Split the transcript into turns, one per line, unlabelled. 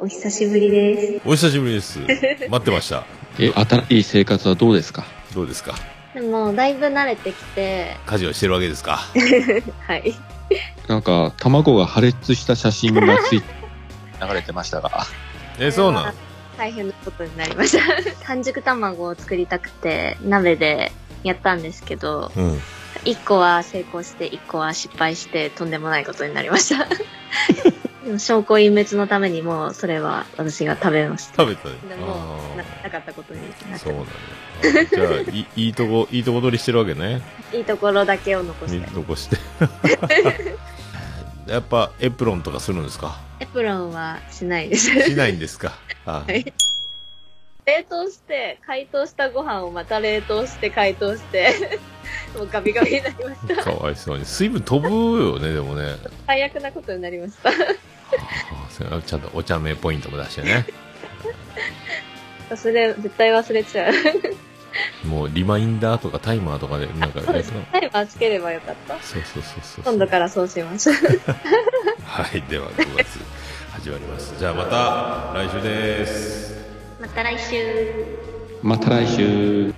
お久しぶりです。
お久しぶりです。待ってました。
え、新しい生活はどうですか
どうですか
でも、だいぶ慣れてきて、
家事をしてるわけで すか
はい。
なんか、卵が破裂した写真がつい流れてましたが。
え、そうなの
大変なことになりま した。半熟卵を作りたくて、鍋でやったんですけど、
うん。
1個は成功して、1個は失敗して、とんでもないことになりま した。でも証拠隠滅のためにもう、それは私が食べました。
食べたね。
でも
あ
な、なかったことになっ
ーそう
て
なの。あーじゃあ、いいい とこ、いいとこ取りしてるわけね。
いいところだけを残し
見
て。
残して。 やっぱエプロンとかするんですか
エプロンはしないです。
しないんですかあ ー
はい冷凍して、解凍したご飯をまた冷凍して、解凍して、 もうガビガビになりま した。
かわいそうに。水分飛ぶよね、でもね。
最悪なことになりました。
あーそれはちゃんとお茶目ポイントも出してね。
忘れ、絶対忘れちゃう。
もうリマインダーとかタイマーとかで、なんか、
そう
や
で
つ
す
の。
タイマーつければよかった。
そうそうそうそう。
今度からそうします。
はい、では5月始まります。じゃあまた来週です。
また来週。
また来週。